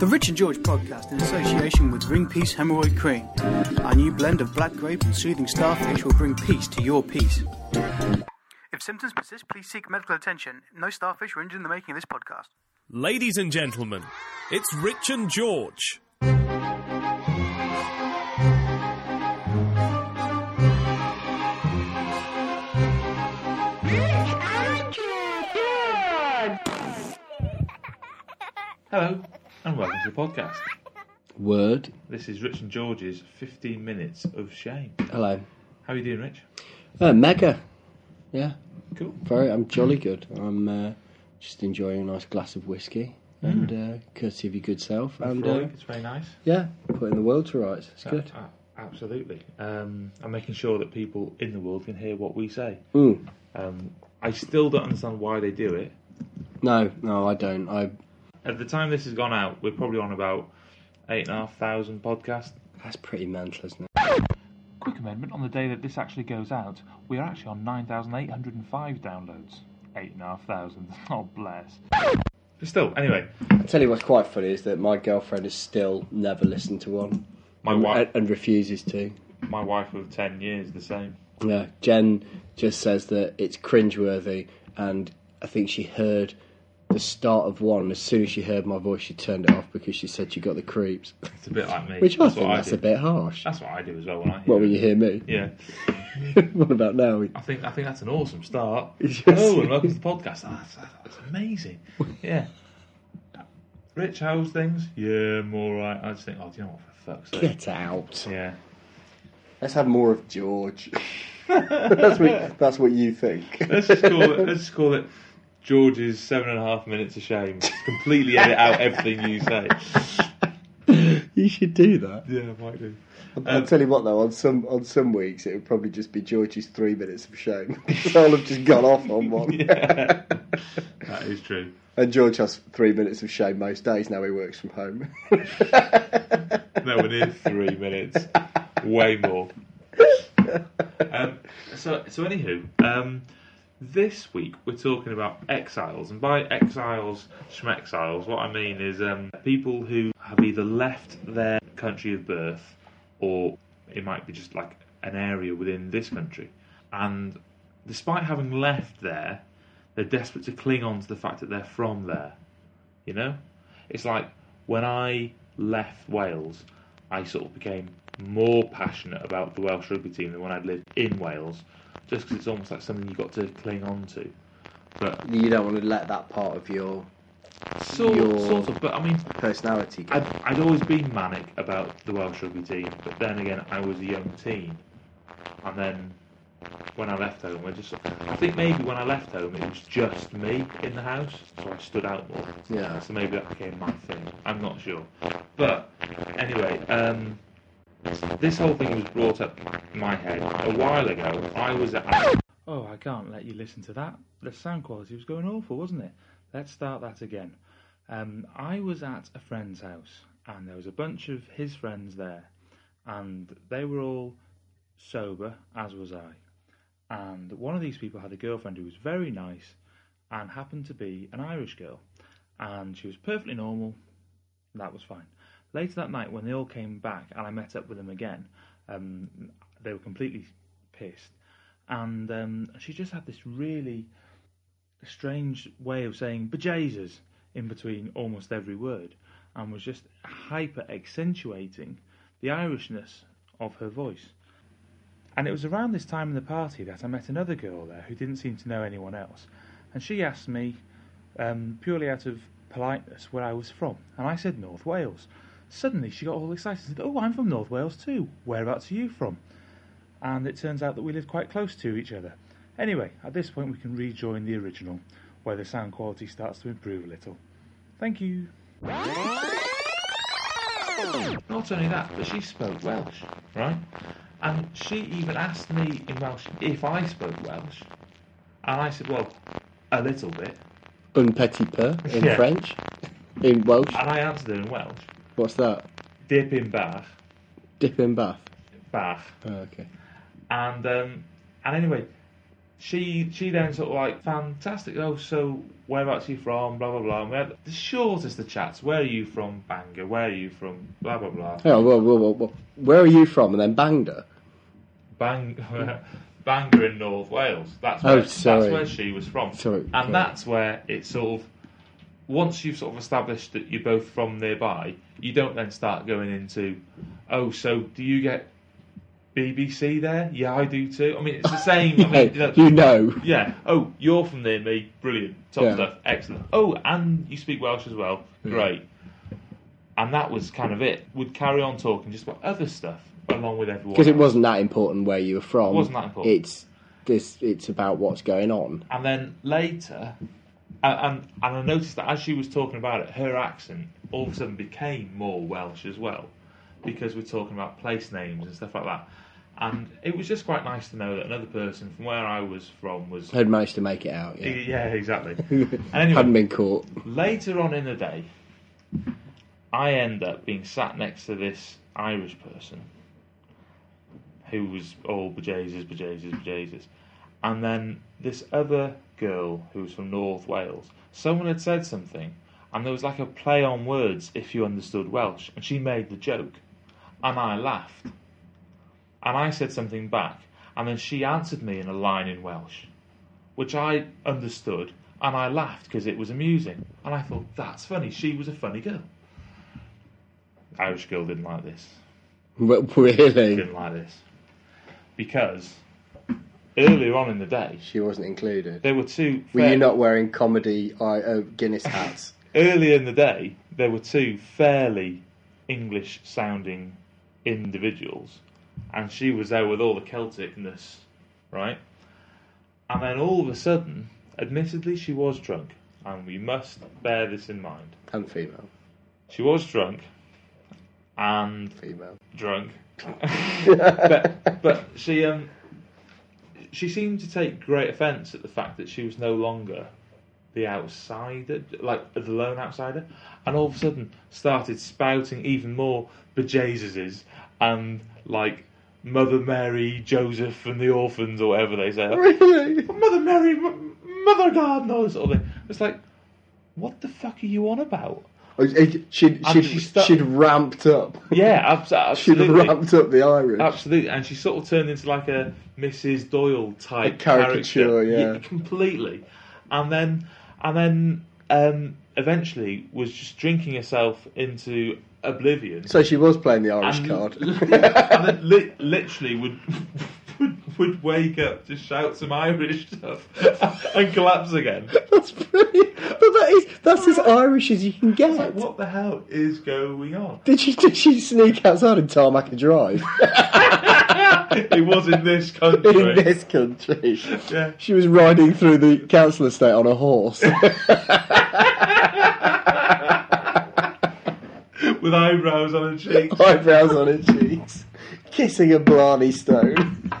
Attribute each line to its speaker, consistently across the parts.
Speaker 1: The Richard George podcast, in association with Ringpeace Hemorrhoid Cream. Our new blend of black grape and soothing starfish will bring peace to your peace. If symptoms persist, please seek medical attention. No starfish were injured in the making of this podcast.
Speaker 2: Ladies and gentlemen, it's Rich and George.
Speaker 3: Hello, and welcome to the podcast.
Speaker 4: Word.
Speaker 3: This is Rich and George's 15 Minutes of Shame.
Speaker 4: Hello.
Speaker 3: How are you doing, Rich?
Speaker 4: Uh, mega. Yeah.
Speaker 3: Cool.
Speaker 4: Very. I'm jolly good. I'm uh, just enjoying a nice glass of whiskey and uh, courtesy of your good self. And uh,
Speaker 3: Frolic, it's very nice.
Speaker 4: yeah, putting the world to rights. It's good.
Speaker 3: Uh, uh, absolutely. Um, I'm making sure that people in the world can hear what we say.
Speaker 4: Mm.
Speaker 3: Um, I still don't understand why they do it.
Speaker 4: No, no, I don't. I.
Speaker 3: At the time this has gone out, we're probably on about eight and a half thousand podcasts.
Speaker 4: That's pretty mental, isn't it?
Speaker 3: Quick amendment on the day that this actually goes out, we are actually on 9,805 downloads. Eight and a half thousand. Oh, bless. But still, anyway,
Speaker 4: I tell you what's quite funny is that my girlfriend has still never listened to one.
Speaker 3: my
Speaker 4: and,
Speaker 3: wife,
Speaker 4: and refuses to.
Speaker 3: my wife of 10 years, the same.
Speaker 4: No, Jen just says that it's cringeworthy, and I think she heard the start of one. As soon as she heard my voice, she turned it off because she said she got the creeps.
Speaker 3: It's a bit like me.
Speaker 4: Which I
Speaker 3: that's
Speaker 4: think
Speaker 3: what I
Speaker 4: that's
Speaker 3: do.
Speaker 4: a bit harsh.
Speaker 3: That's what I do as well when I hear.
Speaker 4: What,
Speaker 3: it.
Speaker 4: when you hear me?
Speaker 3: Yeah,
Speaker 4: what about now?
Speaker 3: I think I think that's an awesome start.
Speaker 4: Yes.
Speaker 3: Hello and welcome to the podcast. Ah, That's, that's amazing. Yeah. Rich, how's things? Yeah, I'm all right. I just think, oh, do you know what? For fuck's sake.
Speaker 4: Get out.
Speaker 3: Yeah.
Speaker 4: Let's have more of George. that's, what, that's what you think.
Speaker 3: Let's just call it. Let's just call it. George's seven and a half minutes of shame. Just completely edit out everything you say.
Speaker 4: You should do that.
Speaker 3: Yeah, I might do.
Speaker 4: I'll tell you what, though, on some on some weeks it would probably just be George's three minutes of shame. I'll have just gone off on one.
Speaker 3: Yeah. that is true.
Speaker 4: And George has three minutes of shame most days now he works from home.
Speaker 3: No, we're near three minutes. Way more. Um, so, so anywho, um, this week we're talking about exiles, and by exiles, schmexiles, what I mean is um, people who have either left their country of birth, or it might be just like an area within this country, and despite having left there, they're desperate to cling on to the fact that they're from there. You know? It's like when I left Wales, I sort of became more passionate about the Welsh rugby team than when I'd lived in Wales, just because it's almost like something you've got to cling on to. But
Speaker 4: you don't want to let that part of your
Speaker 3: sort,
Speaker 4: Your-
Speaker 3: sort of, but I mean,
Speaker 4: personality go.
Speaker 3: I'd, I'd always been manic about the Welsh rugby team, but then again, I was a young teen. And then when I left home, I just, I think maybe when I left home, it was just me in the house, so I stood out more.
Speaker 4: Yeah.
Speaker 3: So maybe that became my thing. I'm not sure. But anyway, um, this whole thing was brought up in my head a while ago. I was at. Oh, I can't let you listen to that. The sound quality was going awful, wasn't it? Let's start that again. Um, I was at a friend's house, and there was a bunch of his friends there, and they were all sober, as was I. And one of these people had a girlfriend who was very nice and happened to be an Irish girl. And she was perfectly normal, that was fine. Later that night, when they all came back and I met up with them again, um, they were completely pissed. And um, she just had this really strange way of saying bejesus in between almost every word and was just hyper accentuating the Irishness of her voice. And it was around this time in the party that I met another girl there who didn't seem to know anyone else. And she asked me, um, purely out of politeness, where I was from. And I said North Wales. Suddenly she got all excited and said, Oh, I'm from North Wales too. Whereabouts are you from? And it turns out that we live quite close to each other. Anyway, at this point we can rejoin the original, where the sound quality starts to improve a little. Thank you. Not only that, but she spoke Welsh, right? And she even asked me in Welsh if I spoke Welsh. And I said, well, a little bit.
Speaker 4: Un petit peu in
Speaker 3: Yeah.
Speaker 4: French, in Welsh.
Speaker 3: And I answered her in Welsh.
Speaker 4: What's that?
Speaker 3: Dip in Bach.
Speaker 4: Dip in bath.
Speaker 3: Bach.
Speaker 4: Oh, okay.
Speaker 3: And, um, and anyway, she she then sort of like fantastic. Oh, so whereabouts are you from? Blah blah blah. And we had the shortest of chats. Where are you from? Bangor. Where are you from? Blah blah blah.
Speaker 4: Oh, well, well, well, well, where are you from? And then banged her.
Speaker 3: Bang, Bangor in North Wales. That's
Speaker 4: Oh,
Speaker 3: where,
Speaker 4: sorry.
Speaker 3: that's where she was from.
Speaker 4: Sorry,
Speaker 3: and
Speaker 4: sorry.
Speaker 3: that's where it's sort of once you've sort of established that you're both from nearby, you don't then start going into, oh, so do you get BBC there? Yeah, I do too. I mean, it's the same. I mean, you know,
Speaker 4: you know.
Speaker 3: yeah. Oh, you're from near me. Brilliant. Top
Speaker 4: Yeah.
Speaker 3: stuff. Excellent. Oh, and you speak Welsh as well. Great. And that was kind of it. We'd carry on talking just about other stuff along with everyone.
Speaker 4: Because it
Speaker 3: else.
Speaker 4: wasn't that important where you were from.
Speaker 3: It wasn't that important.
Speaker 4: It's this. It's about what's going on.
Speaker 3: And then later, and, and and I noticed that as she was talking about it, her accent all of a sudden became more Welsh as well, because we're talking about place names and stuff like that. And it was just quite nice to know that another person from where I was from was.
Speaker 4: Had managed to make it out. Yeah.
Speaker 3: Yeah, exactly. And anyway,
Speaker 4: Hadn't been caught.
Speaker 3: later on in the day, I end up being sat next to this Irish person who was all bejesus, bejesus, bejesus. And then this other girl who was from North Wales, someone had said something, and there was like a play on words if you understood Welsh, and she made the joke, and I laughed. And I said something back, and then she answered me in a line in Welsh which I understood, and I laughed because it was amusing. And I thought, that's funny. She was a funny girl. Irish girl didn't like this.
Speaker 4: But really,
Speaker 3: Didn't like this because earlier on in the day
Speaker 4: she wasn't included.
Speaker 3: there were two.
Speaker 4: Were
Speaker 3: fair-
Speaker 4: you not wearing comedy I, uh, Guinness hats?
Speaker 3: Earlier in the day there were two fairly English-sounding individuals, and she was there with all the Celticness, right? And then all of a sudden, admittedly, she was drunk, and we must bear this in mind.
Speaker 4: and female,
Speaker 3: She was drunk and
Speaker 4: female.
Speaker 3: drunk, but, but she um she seemed to take great offence at the fact that she was no longer the outsider, like the lone outsider, and all of a sudden started spouting even more bejesuses and like Mother Mary, Joseph, and the orphans, or whatever they say.
Speaker 4: Really?
Speaker 3: Mother Mary, M- Mother God knows. Or they, it's like, what the fuck are you on about?
Speaker 4: She'd Oh, she'd,
Speaker 3: And
Speaker 4: she'd,
Speaker 3: she stu-
Speaker 4: she'd ramped up.
Speaker 3: Yeah, abs-
Speaker 4: She'd
Speaker 3: absolutely.
Speaker 4: ramped up the Irish.
Speaker 3: Absolutely, and she sort of turned into like a Mrs. Doyle type
Speaker 4: A caricature,
Speaker 3: character.
Speaker 4: yeah.
Speaker 3: completely. And then, and then, um, eventually was just drinking herself into oblivion.
Speaker 4: So she was playing the Irish
Speaker 3: and,
Speaker 4: card.
Speaker 3: and then li- literally would, would would wake up to shout some Irish stuff and collapse again.
Speaker 4: that's brilliant. But that is that's as Irish as you can
Speaker 3: Like,
Speaker 4: get.
Speaker 3: what the hell is going on?
Speaker 4: Did she did she sneak outside and tarmac a drive
Speaker 3: It was in this country.
Speaker 4: in this country?
Speaker 3: yeah.
Speaker 4: She was riding through the council estate on a horse.
Speaker 3: with eyebrows on her cheeks.
Speaker 4: eyebrows on her cheeks, kissing a Blarney Stone.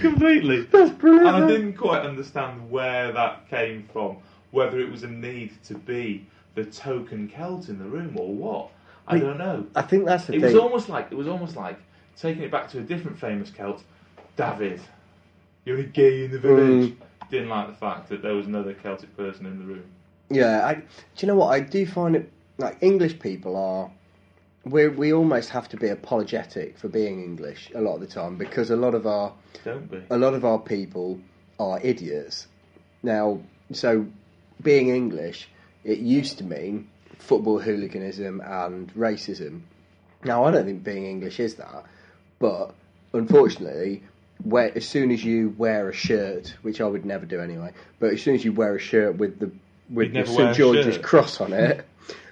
Speaker 3: Completely.
Speaker 4: That's
Speaker 3: And
Speaker 4: brilliant.
Speaker 3: I didn't quite understand where that came from, whether it was a need to be the token Celt in the room or what. I
Speaker 4: Wait,
Speaker 3: don't know.
Speaker 4: I think that's the
Speaker 3: It was
Speaker 4: thing.
Speaker 3: almost like it was almost like taking it back to a different famous Celt, David. You're only gay in the
Speaker 4: Hmm.
Speaker 3: village. Didn't like the fact that there was another Celtic person in the room.
Speaker 4: Yeah, I, do you know what? I do find it like English people are. We we almost have to be apologetic for being English a lot of the time because a lot of our
Speaker 3: Don't be.
Speaker 4: a lot of our people are idiots. Now, so being English, it used to mean football hooliganism and racism. Now, I don't think being English is that, but unfortunately, where, as soon as you wear a shirt, which I would never do anyway, but as soon as you wear a shirt with the with
Speaker 3: You'd
Speaker 4: the
Speaker 3: never wear
Speaker 4: St
Speaker 3: a
Speaker 4: George's
Speaker 3: shirt.
Speaker 4: cross on it,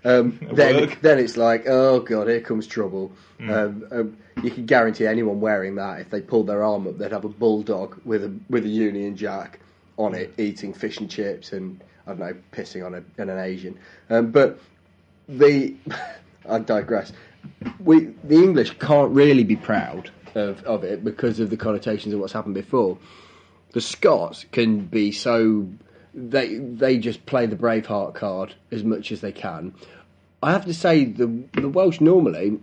Speaker 4: um, then
Speaker 3: work.
Speaker 4: then it's like, oh god, here comes trouble. Um, um, you can guarantee anyone wearing that if they pulled their arm up, they'd have a bulldog with a with a Union Jack on it, eating fish and chips and I don't know, pissing on, a, on an Asian. Um, but the I digress. We the English can't really be proud of, of it because of the connotations of what's happened before. The Scots can be so they they just play the Braveheart card as much as they can. I have to say the the Welsh normally,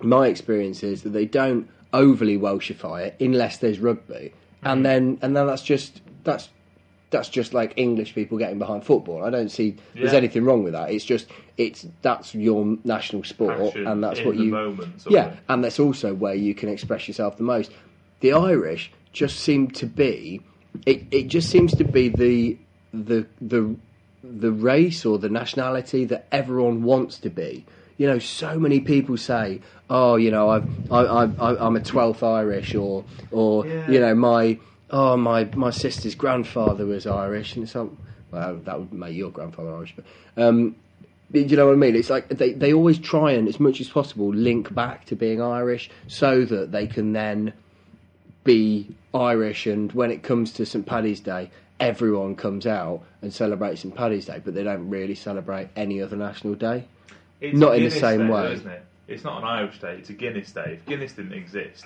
Speaker 4: my experience is that they don't overly Welshify it unless there's rugby, and then and then that's just that's that's just like English people getting behind football. I don't see there's
Speaker 3: Yeah.
Speaker 4: anything wrong with that. It's just it's that's your national sport,
Speaker 3: Passion
Speaker 4: and that's
Speaker 3: in
Speaker 4: what
Speaker 3: the
Speaker 4: you
Speaker 3: moment, sort
Speaker 4: yeah,
Speaker 3: of.
Speaker 4: and that's also where you can express yourself the most. The Irish just seem to be it. It just seems to be the the the the race or the nationality that everyone wants to be. You know, so many people say, "Oh, you know, I've, I, I, I, I'm a twelfth Irish," or or
Speaker 3: Yeah.
Speaker 4: you know, my oh my my sister's grandfather was Irish, and it's like, well, that would make your grandfather Irish, but um, do you know what I mean? It's like they, they always try and, as much as possible, link back to being Irish so that they can then be Irish. And when it comes to St. Paddy's Day, everyone comes out and celebrates St. Paddy's Day, but they don't really celebrate any other national day.
Speaker 3: It's
Speaker 4: Not
Speaker 3: a
Speaker 4: in the
Speaker 3: Guinness
Speaker 4: same
Speaker 3: day,
Speaker 4: way.
Speaker 3: though, isn't it? It's not an Irish day. It's a Guinness day. If Guinness didn't exist,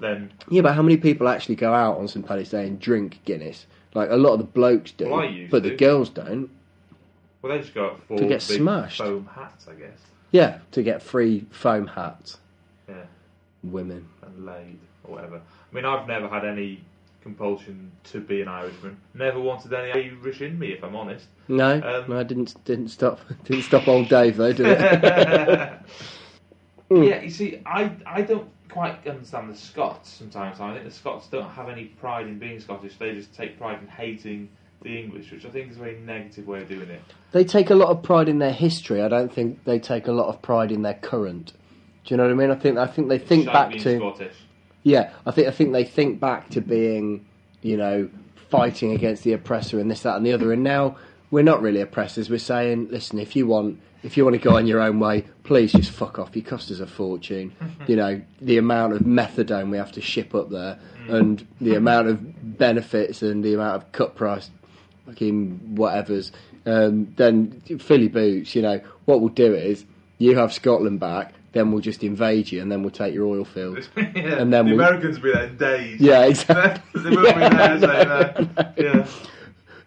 Speaker 3: then
Speaker 4: Yeah, but how many people actually go out on St. Paddy's Day and drink Guinness? Like a lot of the blokes do,
Speaker 3: Well, I used
Speaker 4: but
Speaker 3: to.
Speaker 4: the girls don't.
Speaker 3: well, they just got four
Speaker 4: To get
Speaker 3: big
Speaker 4: smashed.
Speaker 3: foam hats, I guess.
Speaker 4: Yeah, to get free foam hats.
Speaker 3: Yeah,
Speaker 4: Women.
Speaker 3: and laid or whatever. I mean, I've never had any compulsion to be an Irishman. Never wanted any Irish in me, if I'm honest.
Speaker 4: No,
Speaker 3: Um,
Speaker 4: no, I didn't didn't stop didn't stop old Dave though, did it? Hmm.
Speaker 3: Yeah, you see, I I don't quite understand the Scots sometimes. I think the Scots don't have any pride in being Scottish. They just take pride in hating the English, which I think is a very negative way of doing it.
Speaker 4: They take a lot of pride in their history. I don't think they take a lot of pride in their current. Do you know what I mean? I think I think they think
Speaker 3: Shite
Speaker 4: back
Speaker 3: being
Speaker 4: to
Speaker 3: Scottish.
Speaker 4: yeah. I think I think they think back to being you know fighting against the oppressor and this that and the other. And now we're not really oppressors. We're saying listen, if you want if you want to go on your own way, please just fuck off. You cost us a fortune. you know the amount of methadone we have to ship up there and the amount of benefits and the amount of cut price fucking whatevers, um, then Philly Boots, you know, what we'll do is you have Scotland back, then we'll just invade you and then we'll take your oil fields.
Speaker 3: yeah,
Speaker 4: And then
Speaker 3: the
Speaker 4: we-
Speaker 3: Americans will be there in days.
Speaker 4: Yeah,
Speaker 3: they
Speaker 4: exactly.
Speaker 3: will be there, saying, uh, yeah.
Speaker 4: Yeah.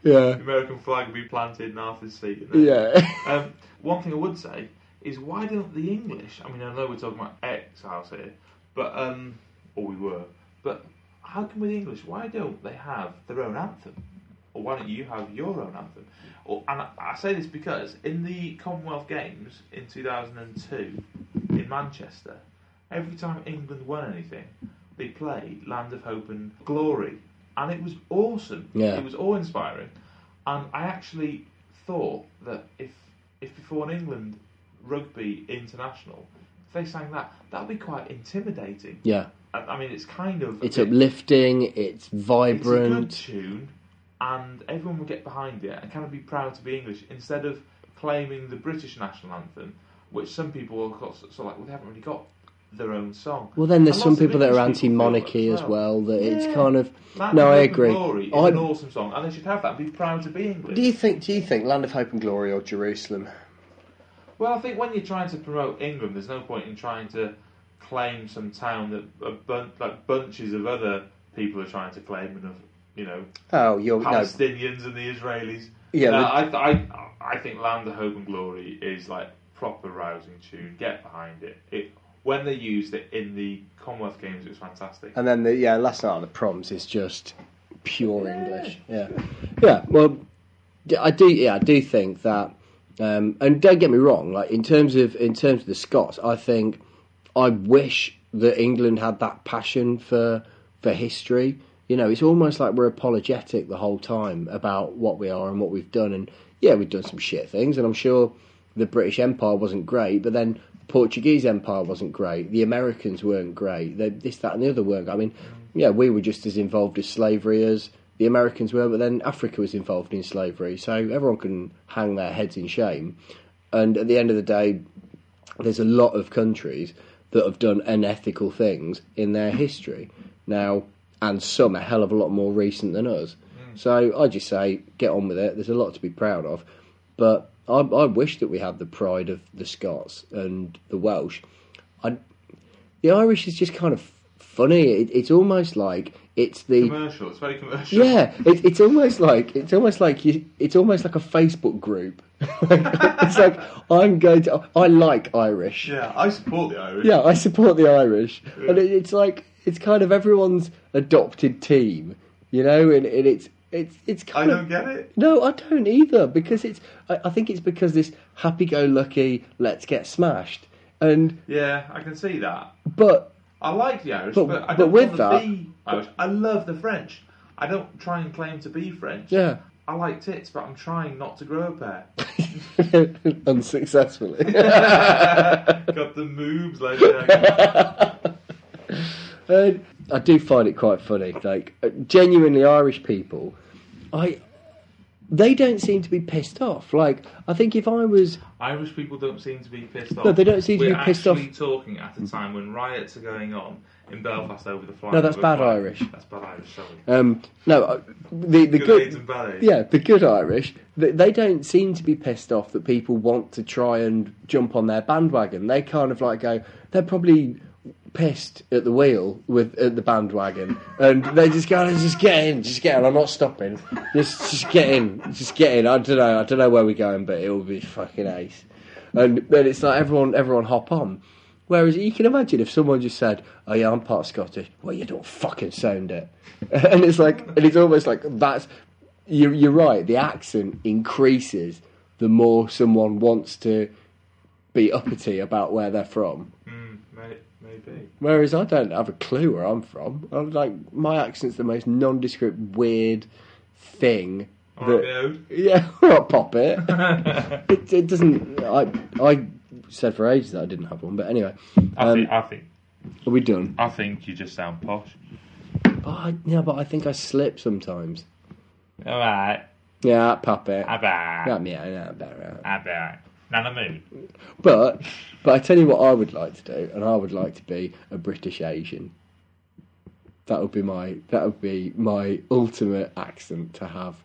Speaker 3: The American flag will be planted in Arthur's seat. and then-
Speaker 4: Yeah.
Speaker 3: Um, one thing I would say is why don't the English? I mean, I know we're talking about exiles here, but um, or we were, but how come with the English? Why don't they have their own anthem? Or why don't you have your own anthem? Or, and I, I say this because in the Commonwealth Games in 2002 in Manchester, every time England won anything, they played "Land of Hope and Glory," and it was awesome.
Speaker 4: Yeah.
Speaker 3: It was awe-inspiring, and I actually thought that if if before an England rugby international, if they sang that, that would be quite intimidating.
Speaker 4: yeah.
Speaker 3: I, I mean, it's kind of
Speaker 4: It's
Speaker 3: it-
Speaker 4: uplifting, it's
Speaker 3: it's a good
Speaker 4: vibrant.
Speaker 3: tune, and everyone will get behind it and kind of be proud to be English instead of claiming the British national anthem, which some people of course sort of like well they haven't really got their own song.
Speaker 4: Well, then there's
Speaker 3: And
Speaker 4: some
Speaker 3: lots of
Speaker 4: people that are
Speaker 3: English
Speaker 4: anti
Speaker 3: people feel
Speaker 4: monarchy
Speaker 3: that
Speaker 4: as well, that
Speaker 3: Yeah.
Speaker 4: it's kind of.
Speaker 3: Land
Speaker 4: no,
Speaker 3: of
Speaker 4: I
Speaker 3: Hope and
Speaker 4: agree.
Speaker 3: Glory is
Speaker 4: I-
Speaker 3: an awesome song, and they should have that and be proud to be English.
Speaker 4: do you think? Do you think Land of Hope and Glory or Jerusalem?
Speaker 3: Well, I think when you're trying to promote England, there's no point in trying to claim some town that a bun- like bunches of other people are trying to claim, and of you know
Speaker 4: Oh, you're no.
Speaker 3: Palestinians and the Israelis.
Speaker 4: Yeah,
Speaker 3: No,
Speaker 4: the-
Speaker 3: I, th- I, I think Land of Hope and Glory is like proper rousing tune. Get behind it. It when they used it in the Commonwealth Games, it was fantastic.
Speaker 4: And then the yeah, last night on the proms is just pure English. Yeah, yeah. Well, d- I do. Yeah, I do think that. Um, and don't get me wrong. Like in terms of in terms of the Scots, I think I wish that England had that passion for for history. You know, it's almost like we're apologetic the whole time about what we are and what we've done. And yeah, we've done some shit things, and I'm sure the British Empire wasn't great, but then Portuguese Empire wasn't great. The Americans weren't great. They, this, that, and the other weren't. I mean, yeah, we were just as involved as slavery as the Americans were, but then Africa was involved in slavery, so everyone can hang their heads in shame. And at the end of the day, there's a lot of countries that have done unethical things in their history now, and some a hell of a lot more recent than us. So I just say, get on with it. There's a lot to be proud of, but I, I wish that we had the pride of the Scots and the Welsh. I, the Irish is just kind of funny. It, it's almost like it's the
Speaker 3: Commercial. It's very commercial.
Speaker 4: yeah, it, it's almost like it's almost like you, it's almost like a Facebook group. it's like I'm going to. I like Irish.
Speaker 3: Yeah, I support the Irish.
Speaker 4: Yeah, I support the Irish, and it, it's like it's kind of everyone's adopted team, you know, and, and it's it's it's
Speaker 3: I
Speaker 4: kind of
Speaker 3: don't get it.
Speaker 4: no, I don't either because it's. I, I think it's because this happy-go-lucky, let's get smashed, and
Speaker 3: Yeah, I can see that.
Speaker 4: but
Speaker 3: I like the Irish,
Speaker 4: But-
Speaker 3: but,
Speaker 4: but
Speaker 3: I don't
Speaker 4: with
Speaker 3: want
Speaker 4: that-
Speaker 3: to be Irish. I love the French. I don't try and claim to be French.
Speaker 4: yeah,
Speaker 3: I like tits, but I'm trying not to grow a pair.
Speaker 4: unsuccessfully.
Speaker 3: Got the moves like that.
Speaker 4: Uh, I do find it quite funny. Like uh, genuinely Irish people, I they don't seem to be pissed off. Like I think if I was
Speaker 3: Irish people don't seem to be pissed off.
Speaker 4: No, they don't seem to
Speaker 3: We're
Speaker 4: be pissed off. Mm.
Speaker 3: actually talking at a time when riots are going on in Belfast over the flag.
Speaker 4: No, that's
Speaker 3: over
Speaker 4: bad
Speaker 3: flag.
Speaker 4: Irish.
Speaker 3: That's bad Irish, sorry.
Speaker 4: um, no uh, the the
Speaker 3: Good aids and bad aids.
Speaker 4: yeah the good Irish they, they don't seem to be pissed off that people want to try and jump on their bandwagon. They kind of like go they're probably pissed at the wheel with at the bandwagon and they just go just get in just get in i'm not stopping just just get in just get in i don't know i don't know where we're going but it'll be fucking ace and then it's like everyone everyone hop on whereas you can imagine if someone just said oh yeah i'm part scottish well you don't fucking sound it and it's like and it's almost like that's you're, you're right the accent increases the more someone wants to be uppity about where they're from
Speaker 3: Mm, may, maybe.
Speaker 4: Whereas I don't have a clue where I'm from. I'm like my accent's the most nondescript, weird thing.
Speaker 3: All right,
Speaker 4: that-
Speaker 3: Ode.
Speaker 4: yeah, I'll pop it. it. It doesn't. I I said for ages that I didn't have one, but anyway,
Speaker 3: I,
Speaker 4: Um,
Speaker 3: think, I think
Speaker 4: are we done?
Speaker 3: I think you just sound posh.
Speaker 4: But I, yeah, but I think I slip sometimes.
Speaker 3: All right,
Speaker 4: Yeah, pop it.
Speaker 3: all right,
Speaker 4: Yeah, yeah, yeah, better.
Speaker 3: all right. Nana Moon.
Speaker 4: But but I tell you what I would like to do, and I would like to be a British Asian. That would be my that would be my ultimate accent to have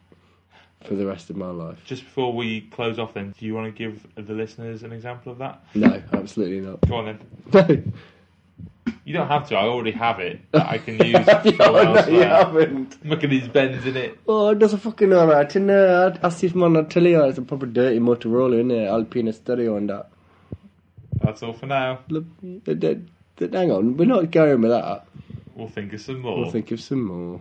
Speaker 4: for the rest of my life.
Speaker 3: Just before we close off, then, do you want to give the listeners an example of that?
Speaker 4: No, absolutely not.
Speaker 3: Go on then.
Speaker 4: No,
Speaker 3: You don't have to. I already have it that I can use. for
Speaker 4: no, you
Speaker 3: elsewhere.
Speaker 4: haven't.
Speaker 3: Look at these bends in it.
Speaker 4: Oh, it doesn't fucking know that. You know, I- I see from on tell you it's a proper dirty Motorola, isn't it? Alpina stereo and that.
Speaker 3: That's all for now.
Speaker 4: Look, uh, uh, uh, Hang on, we're not going with that.
Speaker 3: We'll think of some more.
Speaker 4: We'll think of some more.